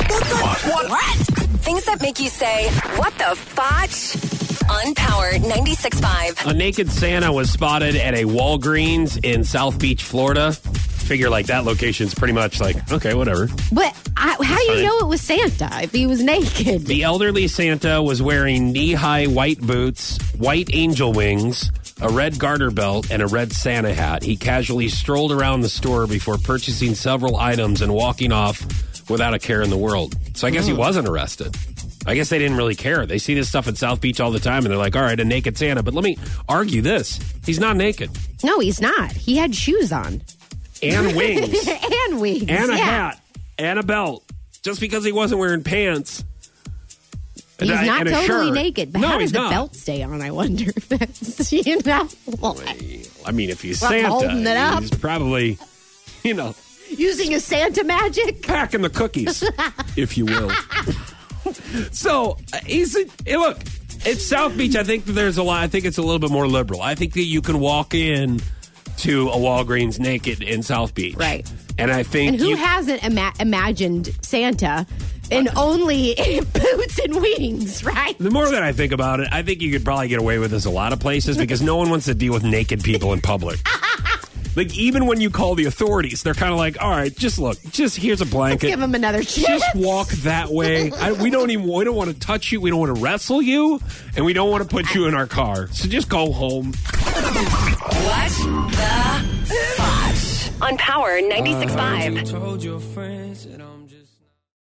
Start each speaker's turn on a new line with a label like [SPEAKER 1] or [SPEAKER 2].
[SPEAKER 1] What? What?
[SPEAKER 2] Things that make you say, what the fotch? On Power 96.5.
[SPEAKER 1] A naked Santa was spotted at a Walgreens in South Beach, Florida. Figure like that location's pretty much like, okay, whatever.
[SPEAKER 3] But I, how do you
[SPEAKER 1] Fine.
[SPEAKER 3] know it was Santa if he was naked?
[SPEAKER 1] The elderly Santa was wearing knee high white boots, white angel wings, a red garter belt, and a red Santa hat. He casually strolled around the store before purchasing several items and walking off without a care in the world. So I guess he wasn't arrested. I guess they didn't really care. They see this stuff at South Beach all the time and they're like, all right, a naked Santa. But let me argue this he's not naked
[SPEAKER 3] no, he's not. He had shoes on
[SPEAKER 1] and wings.
[SPEAKER 3] and wings
[SPEAKER 1] and a
[SPEAKER 3] yeah.
[SPEAKER 1] hat and a belt just because he wasn't wearing pants.
[SPEAKER 3] He's
[SPEAKER 1] and a-
[SPEAKER 3] not
[SPEAKER 1] and a
[SPEAKER 3] totally
[SPEAKER 1] shirt.
[SPEAKER 3] naked, but
[SPEAKER 1] no,
[SPEAKER 3] how
[SPEAKER 1] he's
[SPEAKER 3] does the
[SPEAKER 1] not.
[SPEAKER 3] belt stay on? I wonder. If that's you know,
[SPEAKER 1] I mean, if he's
[SPEAKER 3] Well,
[SPEAKER 1] Santa,
[SPEAKER 3] holding it up.
[SPEAKER 1] he's probably, you know,
[SPEAKER 3] using a Santa magic.
[SPEAKER 1] packing the cookies, if you will. so uh, he's a, hey, look. It's South Beach. I think that there's a lot. I think it's a little bit more liberal. I think that you can walk in to a Walgreens naked in South Beach,
[SPEAKER 3] Right.
[SPEAKER 1] And I think
[SPEAKER 3] And who
[SPEAKER 1] you,
[SPEAKER 3] hasn't ima- imagined Santa in only boots and wings, right?
[SPEAKER 1] The more that I think about it, I think you could probably get away with this a lot of places because no one wants to deal with naked people in public. like even when you call the authorities, they're kind of like, "All right, just look, just here's a blanket.
[SPEAKER 3] Give him another chance.
[SPEAKER 1] just walk that way. I, we don't even we don't want to touch you. We don't want to wrestle you, and we don't want to put you in our car. So just go home."
[SPEAKER 2] What the fotch? On Power 96.5.
[SPEAKER 4] Told your friends that I'm